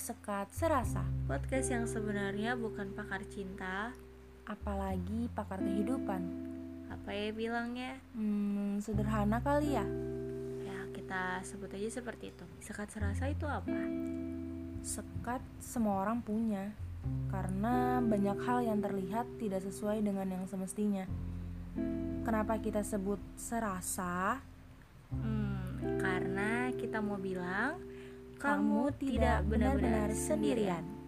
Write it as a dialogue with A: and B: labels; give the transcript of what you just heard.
A: sekat serasa,
B: Podcast yang sebenarnya bukan pakar cinta,
A: apalagi pakar kehidupan.
B: apa ya bilangnya?
A: Hmm, sederhana kali ya.
B: Ya, kita sebut aja seperti itu. Sekat serasa itu apa?
A: Sekat semua orang punya. Karena banyak hal yang terlihat tidak sesuai dengan yang semestinya. Kenapa kita sebut serasa?
B: Hmm, karena kita mau bilang
A: Kamu tidak benar-benar sendirian.